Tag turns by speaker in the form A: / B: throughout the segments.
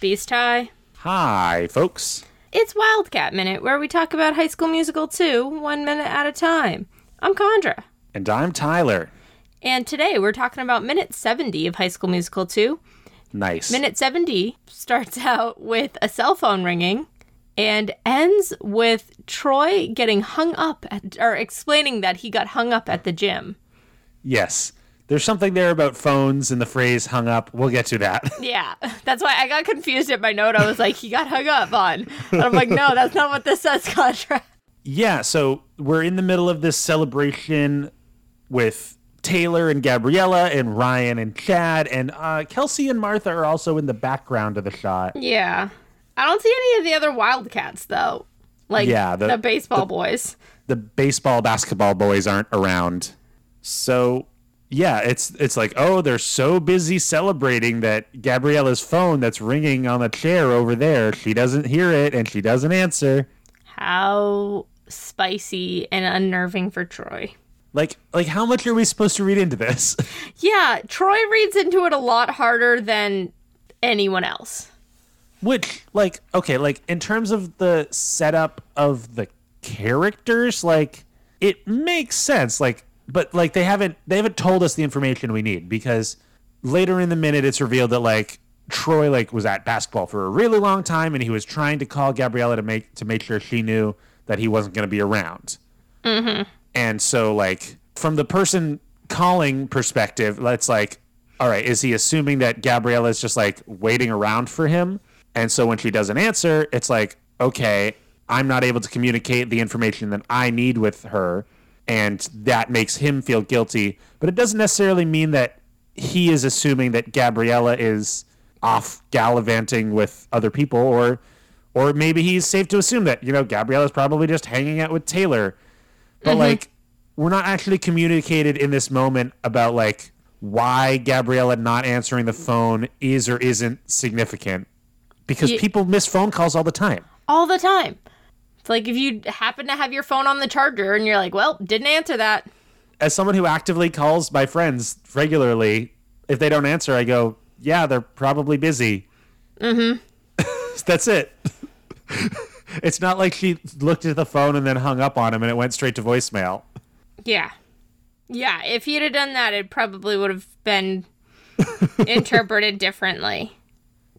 A: Beast High.
B: Hi, folks.
A: It's Wildcat Minute, where we talk about High School Musical 2 one minute at a time. I'm Condra,
B: And I'm Tyler.
A: and today we're talking about minute 70 of High School Musical 2.
B: Nice.
A: Minute 70 starts out with a cell phone ringing and ends with Troy getting hung up at, or explaining that he got hung up at the gym.
B: Yes. There's something there about phones and the phrase hung up. We'll get to that.
A: Yeah, that's why I got confused at my note. I was like, he got hung up on. And I'm like, no, that's not what this says, Contra.
B: yeah, so we're in the middle of this celebration with Taylor and Gabriella and Ryan and Chad and uh, Kelsey and Martha are also in the background of the shot.
A: Yeah. I don't see any of the other Wildcats, though. Like,
B: Yeah,
A: the,
B: the-
A: baseball boys.
B: the baseball basketball boys aren't around. So yeah, it's it's like oh they're so busy celebrating that Gabriella's phone that's ringing on the chair over there she doesn't hear it and she doesn't answer.
A: How spicy and unnerving for Troy.
B: Like like how much are we supposed to read into this?
A: Yeah, Troy reads into it a lot harder than anyone else.
B: Which like okay like in terms of the setup of the characters like it makes sense like but like they haven't they haven't told us the information we need because later in the minute it's revealed that like Troy like was at basketball for a really long time and he was trying to call Gabriella to make to make sure she knew that he wasn't going to be around. And so, like, from the person calling perspective, it's like, all right, is he assuming that Gabriella is just like waiting around for him? And so when she doesn't answer, it's like, okay, I'm not able to communicate the information that I need with her. And that makes him feel guilty. But it doesn't necessarily mean that he is assuming that Gabriella is off gallivanting with other people or or maybe he's safe to assume that, you know, Gabriella's probably just hanging out with Taylor but like we're not actually communicated in this moment about like why Gabriella not answering the phone is or isn't significant because
A: Ye-
B: people miss phone calls all the time.
A: All the time. It's like if you happen to have your phone on the charger and you're like, well, didn't answer that.
B: As someone who actively calls my friends regularly, if they don't answer, I go, "Yeah, they're probably busy." Mm-hmm. That's it. it's not like she looked at the phone and then hung up on him and it went straight to voicemail.
A: Yeah. Yeah, if he'd have done that, it probably would have been interpreted differently.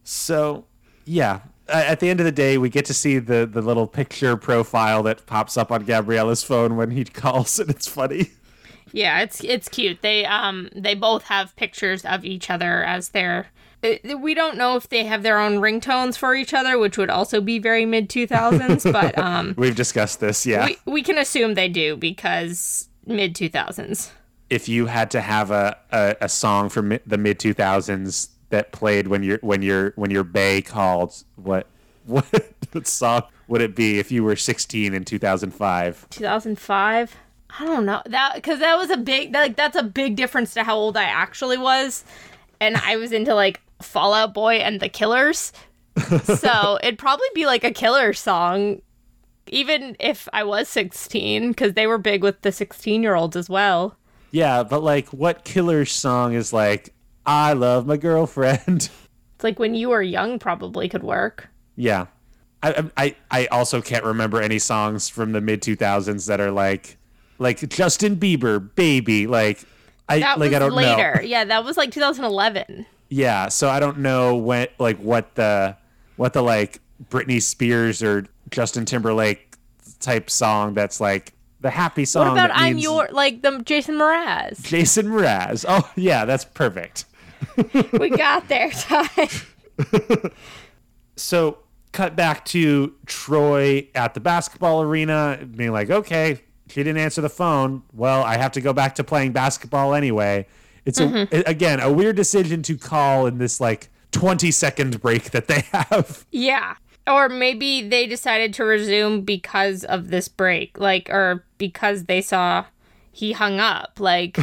B: So, yeah. A- At the end of the day, we get to see the, the little picture profile that pops up on Gabriella's phone when he calls, and it's funny.
A: Yeah, it's it's cute. They um they both have pictures of each other as their uh, we don't know if they have their own ringtones for each other, which would also be very mid 2000s, but um
B: We've discussed this, yeah.
A: we, we can assume they do because mid 2000s.
B: if you had to have a, a, a song from mi- the mid two thousands that played when your when your when your bay called, what what what song would it be if you were sixteen in two thousand five?
A: 2005 i don't know that because that was a big like that's a big difference to how old i actually was and i was into like fallout boy and the killers so it'd probably be like a killer song even if i was 16 because they were big with the 16 year olds as well
B: Yeah, but like what killer song is like I love my girlfriend?
A: it's like when you were young probably could work
B: Yeah. I I I also can't remember any songs from the mid 2000s that are like like Justin Bieber, Baby, like I
A: that
B: like
A: was
B: I don't
A: later
B: know.
A: yeah that was like 2011
B: Yeah, so I don't know when like what the what the like Britney Spears or Justin Timberlake type song that's like the happy song
A: what about
B: that
A: i'm
B: means
A: your like the jason mraz
B: Jason Mraz. Oh, yeah, that's perfect.
A: we got there Ty.
B: so cut back to Troy at the basketball arena, being like, okay, she didn't answer the phone. Well, I have to go back to playing basketball anyway. It's a, again a weird decision to call in this like 20 second break that they have.
A: Yeah. Or maybe they decided to resume because of this break, like, or because they saw he hung up. Like,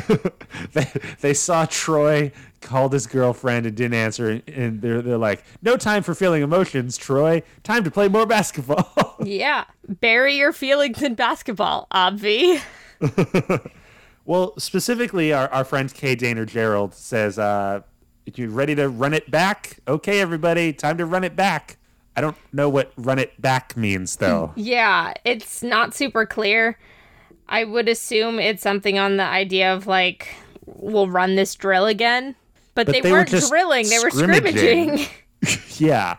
B: they, they saw Troy called his girlfriend and didn't answer, and they're, they're like, no time for feeling emotions, Troy. Time to play more basketball.
A: yeah, bury your feelings in basketball, obvi.
B: Well, specifically, our, our friend Kay Daner Gerald says, uh, you ready to run it back? Okay, everybody, time to run it back. I don't know what run it back means though.
A: Yeah, it's not super clear. I would assume it's something on the idea of like we'll run this drill again. But,
B: But
A: they,
B: they were
A: weren't
B: just
A: drilling, they were
B: scrimmaging.
A: scrimmaging.
B: yeah.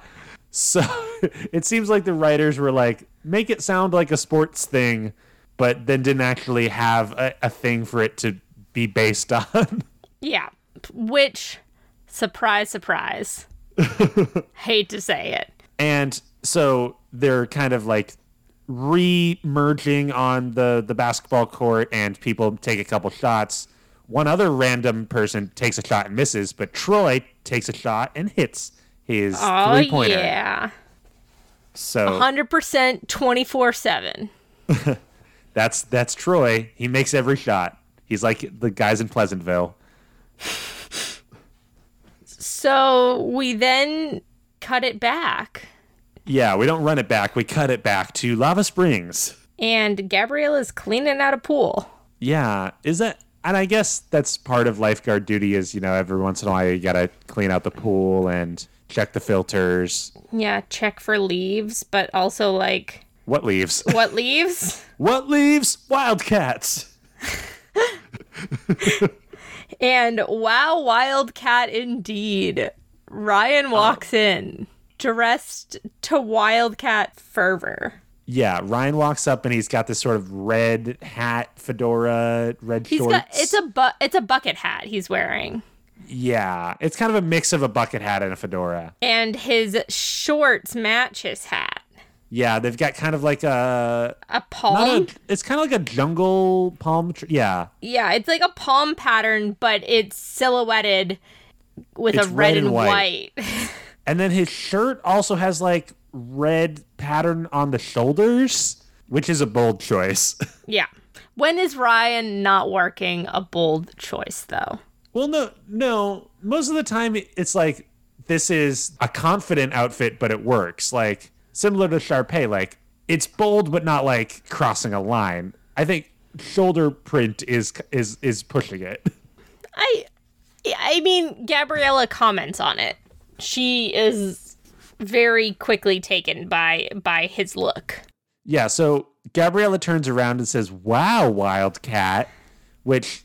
B: So it seems like the writers were like, make it sound like a sports thing, but then didn't actually have a, a thing for it to be based on.
A: yeah. Which surprise surprise. Hate to say it.
B: and so they're kind of like re-merging on the the basketball court and people take a couple shots one other random person takes a shot and misses but troy takes a shot and hits his
A: Oh
B: 3 pointer
A: yeah. Uh-huh.
B: so
A: 100% 24/7.
B: that's that's troy he makes every shot he's like the guys in pleasantville
A: So we then cut it back
B: yeah we don't run it back we cut it back to lava springs
A: and Gabrielle is cleaning out a pool.
B: Yeah, is that? And I guess that's part of lifeguard duty. Is you know every once in a while you gotta clean out the pool and check the filters.
A: Yeah, check for leaves, but also like
B: What leaves?
A: what leaves?
B: What leaves? Wildcats.
A: And wow, wildcat indeed.
B: Oh.
A: Ryan walks in dressed to wildcat fervor.
B: Yeah, Ryan walks up and he's got this sort of red hat, fedora, red
A: He's
B: shorts.
A: got it's a bu- it's a bucket hat he's wearing.
B: yeah, it's kind of a mix of a bucket hat and a fedora.
A: And his shorts match his hat.
B: Yeah, they've got kind of like a,
A: A
B: not
A: palm?
B: a it's kind of like a jungle palm tree. Yeah,
A: yeah, it's like a palm pattern, but it's silhouetted with
B: It's
A: a
B: red
A: red,
B: and
A: and
B: white.
A: white.
B: And then his shirt also has like red pattern on the shoulders, which is a bold choice.
A: yeah. When is Ryan not working a bold choice though?
B: well, no, no. Most of the time, it's like this is a confident outfit, but it works. Like similar to Sharpay, like it's bold but not like crossing a line. I think shoulder print is is is pushing it.
A: I I mean Gabriella comments on it. She is very quickly taken by by his look.
B: Yeah, so Gabriella turns around and says, Wow, Wildcat. Which,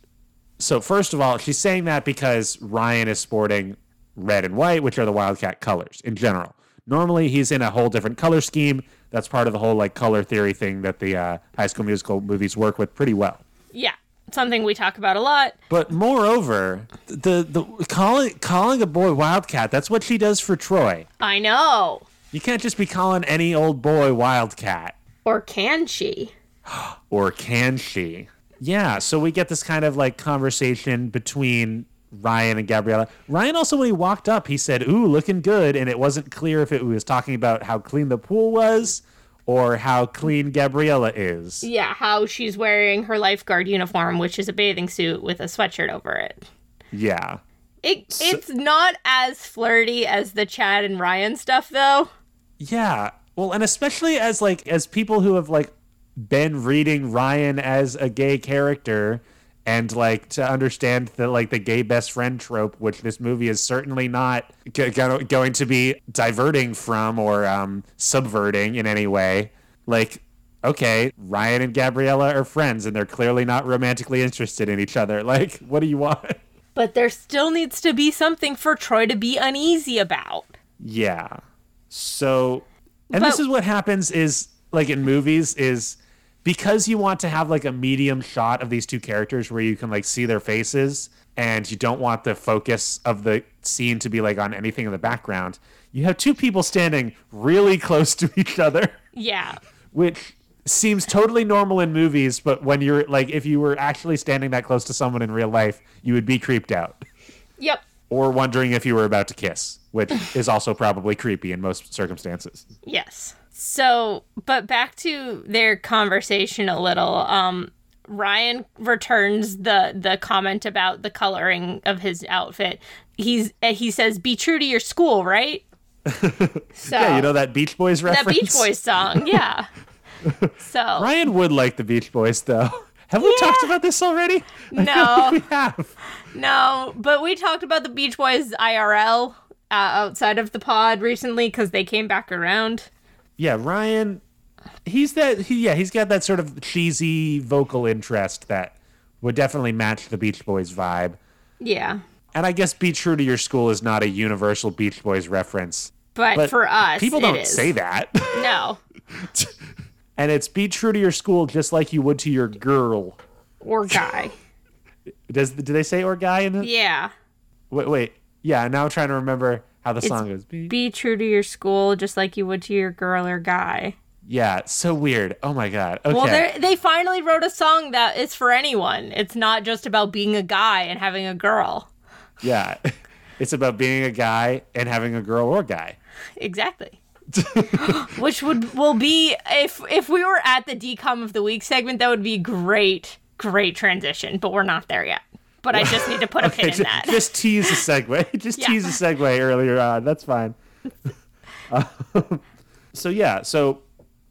B: so first of all, she's saying that because Ryan is sporting red and white, which are the Wildcat colors in general. Normally, he's in a whole different color scheme. That's part of the whole like color theory thing that the uh, High School Musical movies work with pretty well.
A: Yeah, something we talk about a lot.
B: But moreover, the the calling calling a boy Wildcat. That's what she does for Troy.
A: I know.
B: You can't just be calling any old boy Wildcat.
A: Or can she?
B: or can she? Yeah, so we get this kind of like conversation between Ryan and Gabriella. Ryan also, when he walked up, he said, Ooh, looking good. And it wasn't clear if it was talking about how clean the pool was or how clean Gabriella is.
A: Yeah, how she's wearing her lifeguard uniform, which is a bathing suit with a sweatshirt over it.
B: Yeah.
A: It it's not as flirty as the Chad and Ryan stuff though.
B: Yeah. Well, and especially as like as people who have like been reading Ryan as a gay character and like to understand the like the gay best friend trope, which this movie is certainly not g- go- going to be diverting from or um, subverting in any way. Like, okay, Ryan and Gabriella are friends, and they're clearly not romantically interested in each other. Like, what do you want?
A: But there still needs to be something for Troy to be uneasy about.
B: Yeah. So and this
A: But-
B: is what happens is like in movies is because you want to have like a medium shot of these two characters where you can like see their faces and you don't want the focus of the scene to be like on anything in the background, you have two people standing really close to each other,
A: Yeah.
B: which seems totally normal in movies, but when you're like if you were actually standing that close to someone in real life, you would be creeped out
A: Yep.
B: or wondering if you were about to kiss, which is also probably creepy in most circumstances.
A: Yes. So, but back to their conversation a little. Um, Ryan returns the the comment about the coloring of his outfit. He's uh, he says, "Be true to your school," right? So
B: Yeah, you know that Beach Boys
A: Oh. that
B: reference.
A: Beach Boys song, yeah. so
B: Ryan would like the Beach Boys though. Have we talked about this already? I feel
A: No.
B: like we have.
A: No, but we talked about the Beach Boys IRL uh, outside of the pod recently because they came back around.
B: Yeah, Ryan. He's that. He, yeah, he's got that sort of cheesy vocal interest that would definitely match the Beach Boys vibe.
A: Yeah.
B: And I guess "Be True to Your School" is not a universal Beach Boys reference.
A: But,
B: But
A: for us,
B: people
A: it
B: don't
A: is.
B: say that.
A: No.
B: and it's "Be True to Your School" just like you would to your girl.
A: Or guy.
B: Does do they say or guy in the
A: yeah.
B: Wait, wait. Yeah, now I'm trying to remember how the song goes. Be-
A: Be true to your school just like you would to your girl or guy.
B: yeah, it's so weird. Oh my god. Okay.
A: Well, they're they finally wrote a song that is for anyone. It's not just about being a guy and having a girl.
B: yeah. It's about being a guy and having a girl or guy.
A: Exactly. Which would will be if if we were at the decom of the week segment, that would be great, great transition. But we're not there yet. But I just need to put a pin in
B: Ju-
A: that.
B: Just tease a segue. just tease a segue earlier on. That's fine. Um, so yeah, so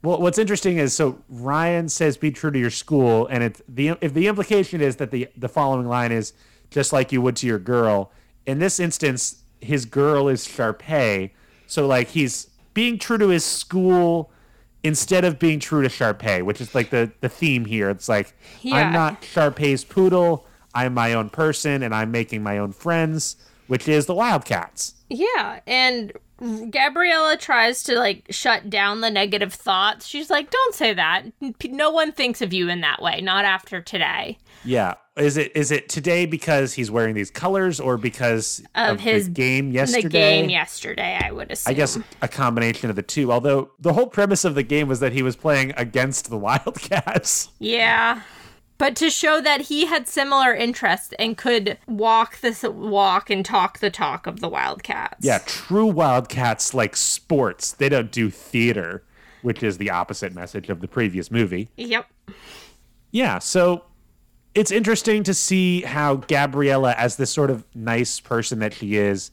B: well, what's interesting is so Ryan says be true to your school, and it's the if the implication is that the the following line is just like you would to your girl. In this instance, his girl is Sharpay, so like he's being true to his school instead of being true to Sharpay, which is like the the theme here. It's like
A: Yeah.
B: I'm not Sharpay's poodle. I'm my own person, and I'm making my own friends, which is the Wildcats.
A: Yeah, and Gabriella tries to like shut down the negative thoughts. She's like, "Don't say that. P- No one thinks of you in that way. Not after today."
B: Yeah, is it is it today because he's wearing these colors, or because
A: Of
B: of,
A: his-
B: the game
A: The
B: yesterday?
A: game yesterday, I would assume.
B: I guess a combination of the two. Although the whole premise of the game was that he was playing against the Wildcats.
A: Yeah. But to show that he had similar interests and could walk this walk and talk the talk of the Wildcats.
B: Yeah, true Wildcats like sports. They don't do theater, which is the opposite message of the previous movie.
A: Yep.
B: Yeah, so it's interesting to see how Gabriella, as this sort of nice person that she is,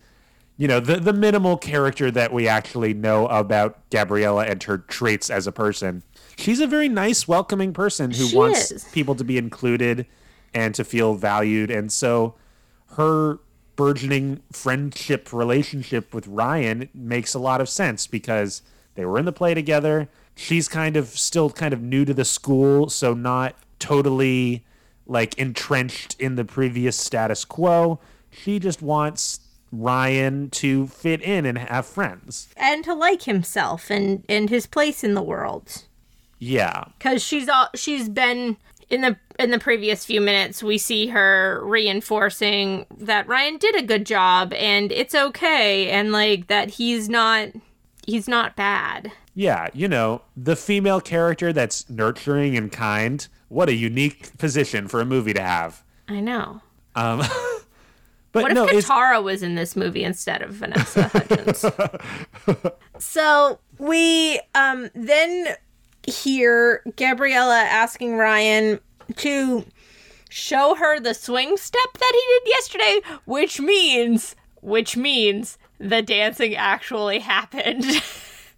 B: you know, the, the minimal character that we actually know about Gabriella and her traits as a person, she's a very nice, welcoming person who
A: She
B: wants
A: is.
B: people to be included and to feel valued. And so her burgeoning friendship relationship with Ryan makes a lot of sense because they were in the play together. She's kind of still kind of new to the school, so not totally like entrenched in the previous status quo. She just wants Ryan to fit in and have friends.
A: And to like himself and and his place in the world.
B: Yeah.
A: Cuz she's all she's been in the in the previous few minutes we see her reinforcing that Ryan did a good job and it's okay and like that he's not he's not bad.
B: Yeah, you know, the female character that's nurturing and kind. What a unique position for a movie to have.
A: I know.
B: But
A: What
B: no,
A: if
B: it's
A: Katara was in this movie instead of Vanessa Hudgens? so we um, then hear Gabriella asking Ryan to show her the swing step that he did yesterday, which means, which means the dancing actually happened.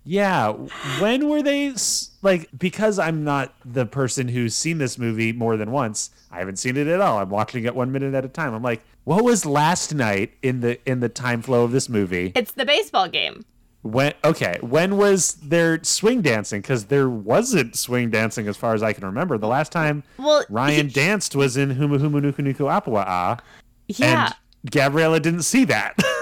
B: Yeah, when were they s- like because I'm not the person who's seen this movie more than once. I haven't seen it at all. I'm watching it 1 minute at a time. I'm like, what was last night in the in the time flow of this movie?
A: it's the baseball game.
B: When okay, when was there swing dancing cuz there wasn't swing dancing as far as I can remember. The last time
A: Well,
B: Ryan danced was in Humu Humu Nuku Nuku Apua Ah,
A: Yeah.
B: and Gabriella didn't see that.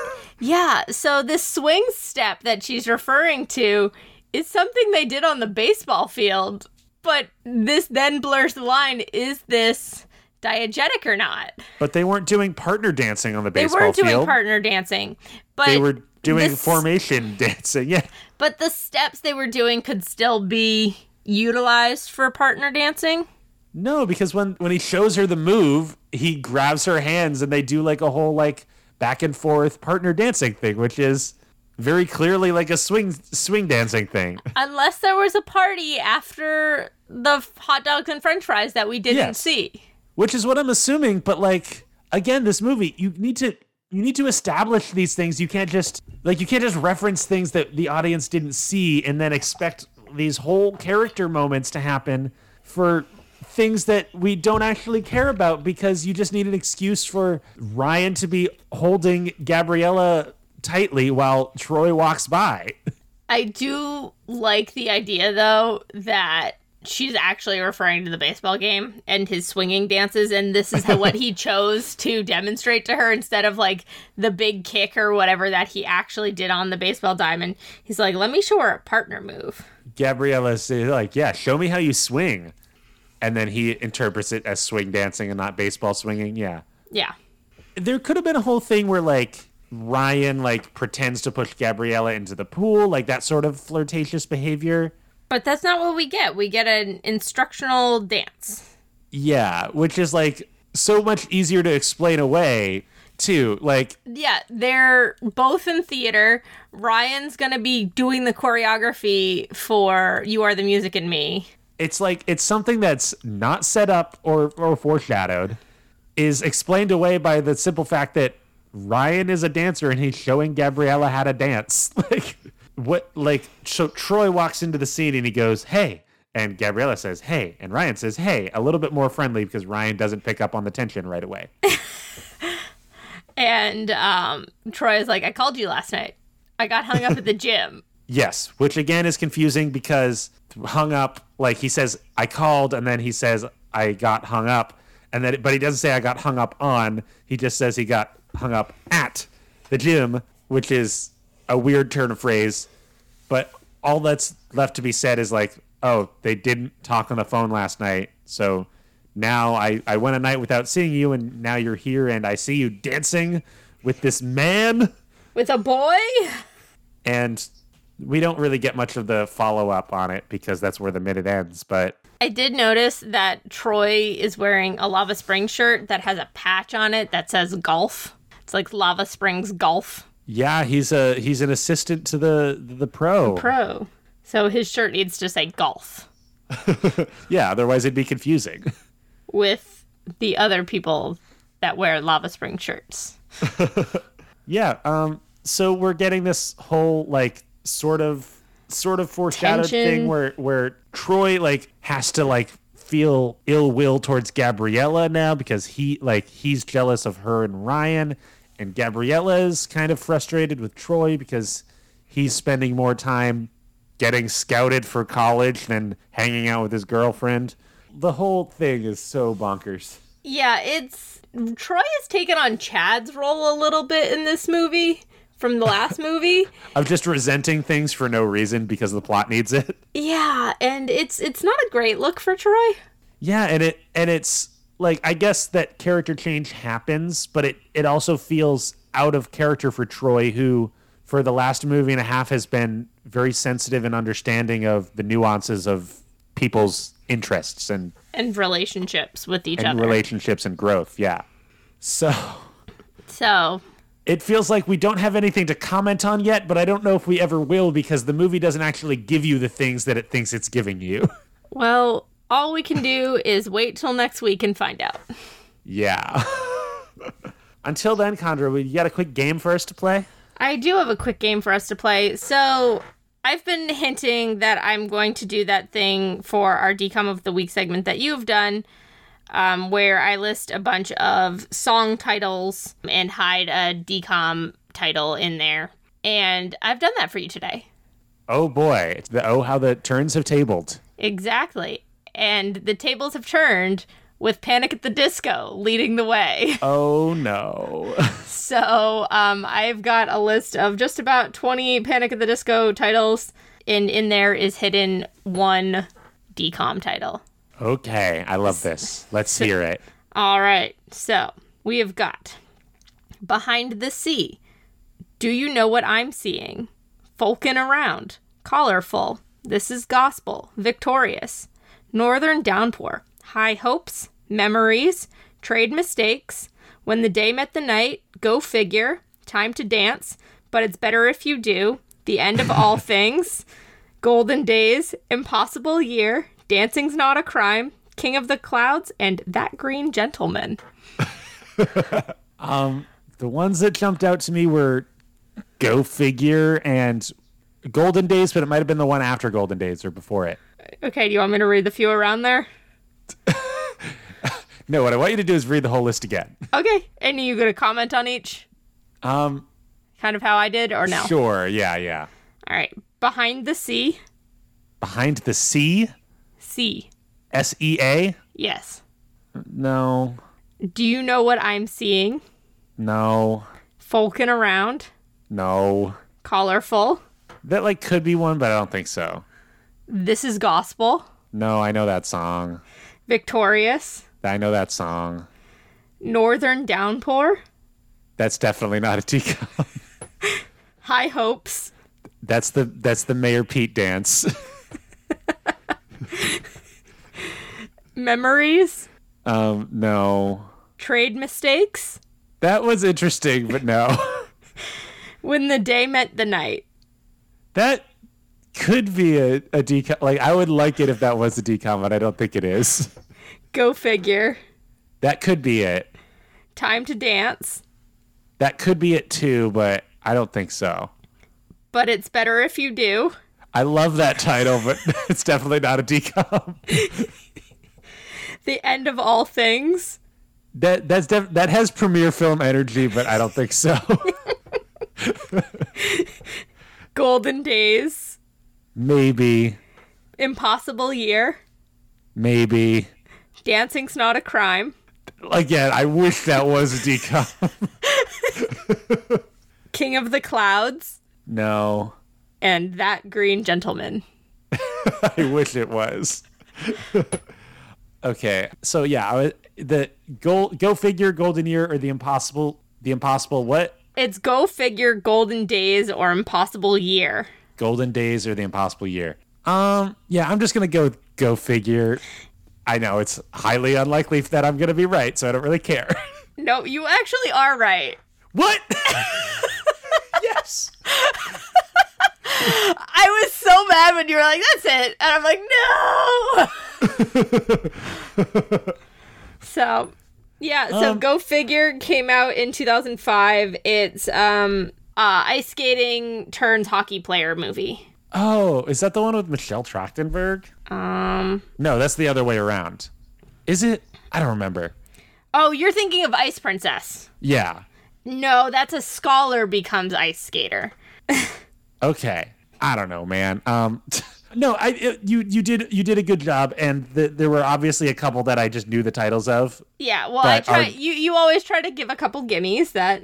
A: Yeah, so this swing step that she's referring to is something they did on the baseball field, but this then blurs the line is this diegetic or not?
B: but they weren't doing partner dancing on the
A: They
B: baseball
A: weren't doing
B: field.
A: partner dancing, but
B: they were doing
A: this-
B: formation dancing. Yeah.
A: but the steps they were doing could still be utilized for partner dancing.
B: No, because when when he shows her the move, he grabs her hands and they do like a whole like back and forth partner dancing thing, which is very clearly like a swing swing dancing thing.
A: Unless there was a party after the hot dogs and french fries that we didn't
B: Yes.
A: see.
B: which is what I'm assuming. But like again, this movie, you need to you need to establish these things. You can't just like you can't just reference things that the audience didn't see and then expect these whole character moments to happen for things that we don't actually care about because you just need an excuse for Ryan to be holding Gabriella tightly while Troy walks by.
A: I do like the idea though that she's actually referring to the baseball game and his swinging dances and this is what he chose to demonstrate to her instead of like the big kick or whatever that he actually did on the baseball diamond he's like let me show her a partner move
B: Gabriella's like, "Yeah, show me how you swing," and then he interprets it as swing dancing and not baseball swinging. Yeah,
A: yeah
B: there could have been a whole thing where like Ryan like pretends to push Gabriella into the pool, like that sort of flirtatious behavior.
A: but that's not what we get we get an instructional dance
B: Yeah, which is like so much easier to explain away too. Like
A: yeah they're both in theater ryan's gonna be doing the choreography for you are the music in me
B: it's like it's something that's not set up or or foreshadowed is explained away by the simple fact that Ryan is a dancer and he's showing Gabriella how to dance. Like what like so Troy walks into the scene and he goes, "Hey." And Gabriella says, "Hey." And Ryan says, "Hey," a little bit more friendly because Ryan doesn't pick up on the tension right away.
A: And um, Troy is like, I called you last night. I got hung up at the gym.
B: Yes, which again is confusing because hung up, like he says, I called, and then he says, I got hung up. And then, but he doesn't say I got hung up on. He just says he got hung up at the gym, which is a weird turn of phrase. But all that's left to be said is like, oh, they didn't talk on the phone last night. So now I, I went a night without seeing you, and now you're here, and I see you dancing with this man
A: With a boy?
B: and we don't really get much of the follow up on it because that's where the minute ends. But
A: I did notice that Troy is wearing a Lava Spring shirt that has a patch on it that says golf. It's like Lava Springs Golf
B: yeah, he's a he's an assistant to the the pro.
A: Pro. So his shirt needs to say golf
B: Yeah, otherwise it'd be confusing.
A: with the other people that wear Lava Spring shirts.
B: yeah. Um. So we're getting this whole like sort of sort of foreshadowed
A: Tension.
B: thing where where Troy like has to like feel ill will towards Gabriella now because he like he's jealous of her and Ryan and Gabriella is kind of frustrated with Troy because he's spending more time getting scouted for college than hanging out with his girlfriend. The whole thing is so bonkers.
A: Yeah, it's Troy has taken on Chad's role a little bit in this movie from the last movie.
B: I'm just resenting things for no reason because the plot needs it.
A: Yeah, and it's it's not a great look for Troy.
B: Yeah, and it and it's like I guess that character change happens, but it it also feels out of character for Troy, who for the last movie and a half has been very sensitive and understanding of the nuances of people's interests and,
A: And relationships with each
B: and
A: other.
B: relationships and growth. Yeah, so
A: so
B: it feels like we don't have anything to comment on yet, but I don't know if we ever will because the movie doesn't actually give you the things that it thinks it's giving you.
A: well, all we can do is wait till next week and find out.
B: Yeah. Until then, Condra, we you got a quick game for us to play?
A: I do have a quick game for us to play. So I've been hinting that I'm going to do that thing for our decom of the week segment that you've done, um, where I list a bunch of song titles and hide a decom title in there. And I've done that for you today.
B: Oh boy. It's the oh how the turns have tabled.
A: Exactly. And the tables have turned with Panic at the Disco leading the way.
B: Oh no.
A: So um, I've got a list of just about 20 Panic at the Disco titles, and in there is hidden one DCOM title.
B: okay, I love this. Let's hear it.
A: All right, so we have got Behind the Sea, Do You Know What I'm Seeing? Folkin Around, Collarful, This Is Gospel, Victorious, Northern Downpour, High Hopes, Memories, Trade Mistakes, When the Day Met the Night, Go Figure, Time to Dance, But It's Better If You Do, The End of All Things, Golden Days, Impossible Year, Dancing's Not a Crime, King of the Clouds, and That Green Gentleman.
B: The ones that jumped out to me were Go Figure and Golden Days, but it might have been the one after Golden Days or before it.
A: Okay, do you want me to read the few around there?
B: No, what I want you to do is read the whole list again.
A: Okay. And are you going to comment on each?
B: Um,
A: Kind of how I did or no?
B: sure. Yeah, yeah.
A: All right. Behind the sea.
B: Behind the sea,
A: Sea.
B: S E A.
A: Yes.
B: No,
A: Do you know what I'm seeing?
B: no,
A: Folking around.
B: no.
A: Colorful.
B: That like could be one, but I don't think so.
A: This is gospel.
B: No, I know that song.
A: Victorious.
B: I know that song.
A: Northern downpour.
B: That's definitely not a teacup.
A: High hopes.
B: That's the that's the Mayor Pete dance.
A: Memories.
B: Um, no,
A: Trade mistakes.
B: that was interesting, but no,
A: When the day met the night.
B: that could be a, a decom. Like I would like it if that was a decom, but I don't think it is.
A: Go figure.
B: That could be it.
A: Time to dance.
B: That could be it too, but I don't think so.
A: But it's better if you do.
B: I love that title, but it's definitely not a decom.
A: The end of all things.
B: That that's def- that has premiere film energy, but I don't think so.
A: Golden days.
B: maybe,
A: Impossible year.
B: maybe.
A: Dancing's not a crime.
B: Again, I wish that was a decom.
A: King of the clouds.
B: no,
A: And that green gentleman.
B: I wish it was. okay, so yeah, I was, the go go figure golden year or the impossible the impossible what
A: It's go figure golden days or impossible year.
B: golden days or the impossible year. Um, yeah, I'm just gonna go with go figure. I know it's highly unlikely that I'm gonna be right, so I don't really care.
A: No, you actually are right.
B: what? yes.
A: I was so mad when you were like, that's it. And I'm like, no. so, yeah. So, Go Figure came out in 2005. It's um uh, ice skating turns hockey player movie.
B: Oh, is that the one with Michelle Trachtenberg?
A: Um.
B: No, that's the other way around. Is it? I don't remember.
A: Oh, you're thinking of Ice Princess.
B: Yeah.
A: No, that's a scholar becomes ice skater.
B: Okay. I don't know, man. Um, no, I it, you you did you did a good job, and th there were obviously a couple that I just knew the titles of,
A: Yeah, well, I
B: But
A: try.
B: are-
A: You you always try to give a couple gimmies that.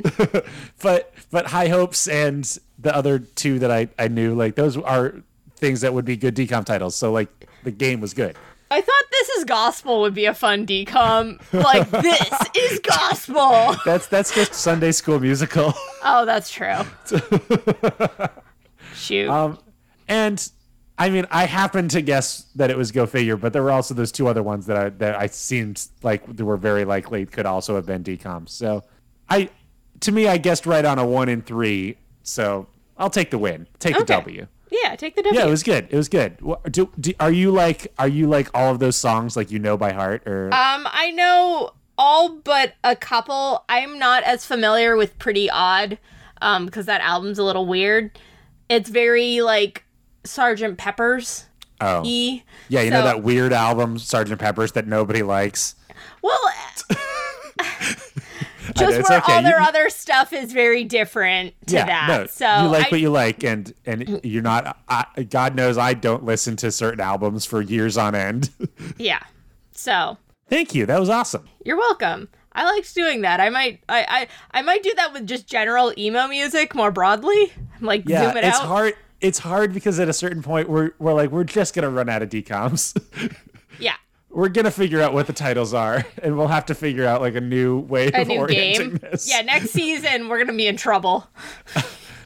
B: but but High Hopes and the other two that I I knew, like those are things that would be good decom titles. So like the game was good.
A: I thought this is gospel would be a fun decom. Like this is gospel.
B: That's that's just Sunday School Musical.
A: Oh, that's true. Shoot.
B: Um, and I mean, I happened to guess that it was Go Figure, but there were also those two other ones that I that I seemed like they were very likely could also have been decoms. So I, to me, I guessed right on a one in three. So I'll take the win, take the
A: Okay.
B: W.
A: yeah, take the W.
B: Yeah, it was good. It was good. Wha- Do, do, are you like are you like all of those songs like you know by heart or
A: um, I know all but a couple. I'm not as familiar with Pretty Odd, um, because that album's a little weird. It's very like Sergeant Pepper's.
B: oh
A: E.
B: yeah you know
A: so-
B: that weird album Sergeant Pepper's that nobody likes.
A: Well,
B: know,
A: just
B: it's
A: where
B: okay.
A: all
B: You-
A: their other stuff is very different to that.
B: No,
A: so
B: you like
A: I-
B: what you like, and and you're not. I, God knows, I don't listen to certain albums for years on end.
A: yeah. So
B: Thank you. That was awesome.
A: You're welcome. I liked doing that. I might I, I I might do that with just general emo music more broadly. Like
B: Yeah,
A: zoom it
B: it's
A: out.
B: hard. It's hard because at a certain point, we're we're like we're just gonna run out of decoms.
A: Yeah.
B: we're gonna figure out what the titles are, and we'll have to figure out like a new way
A: A
B: of
A: new
B: orienting
A: game.
B: this.
A: Yeah, next season we're gonna be in trouble.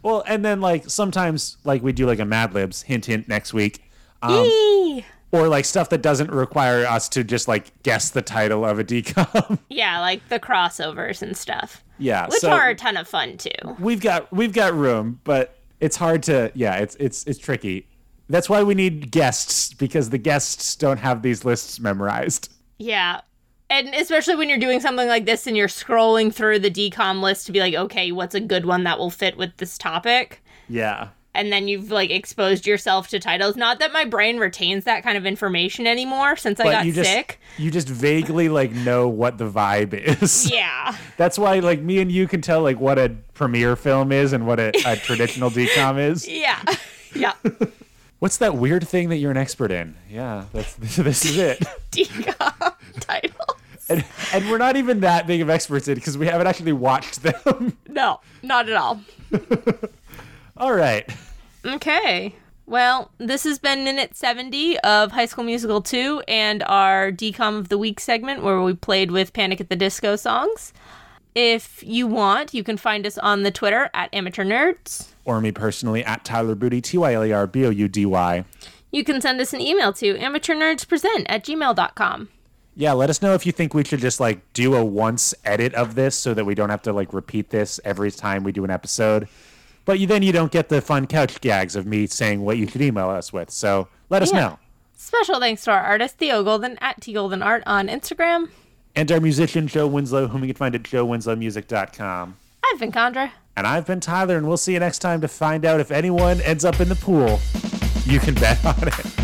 B: Well, and then like sometimes like we do like a Mad Libs hint hint next week. Um,
A: Eee.
B: or like stuff that doesn't require us to just like guess the title of a decom.
A: yeah, like the crossovers and stuff.
B: yeah,
A: Which
B: so-
A: are a ton of fun too.
B: we've got we've got room, but it's hard to yeah, it's it's it's tricky. That's why we need guests because the guests don't have these lists memorized.
A: Yeah. And especially when you're doing something like this and you're scrolling through the decom list to be like, okay, what's a good one that will fit with this topic?
B: Yeah.
A: and then you've like exposed yourself to titles. Not that my brain retains that kind of information anymore since I got
B: you just
A: sick.
B: you just vaguely like know what the vibe is.
A: Yeah.
B: That's why like me and you can tell like what a premiere film is and what a, a traditional decom is.
A: Yeah. Yeah.
B: What's that weird thing that you're an expert in? Yeah, that's this, this is it.
A: Decom title.
B: And, and we're not even that big of experts in because we haven't actually watched them.
A: No, not at all.
B: All right.
A: Okay. Well, this has been minute 70 of High School Musical 2 and our Decom of the Week segment where we played with Panic at the Disco songs. If you want, you can find us on the Twitter at Amateur Nerds.
B: Or me personally at Tyler Booty, T Y L E R B O U D Y.
A: You can send us an email to amateurnerdspresent at gmail.com.
B: Yeah, let us know if you think we should just like do a once edit of this so that we don't have to like repeat this every time we do an episode. But you, then you don't get the fun couch gags of me saying what you should email us with. So let us
A: Yeah.
B: know.
A: Special thanks to our artist, Theo Golden at tgoldenart on Instagram.
B: And our musician, Joe Winslow, whom you can find at joewinslowmusic.com.
A: I've been Condra.
B: And I've been Tyler, and we'll see you next time to find out if anyone ends up in the pool. You can bet on it.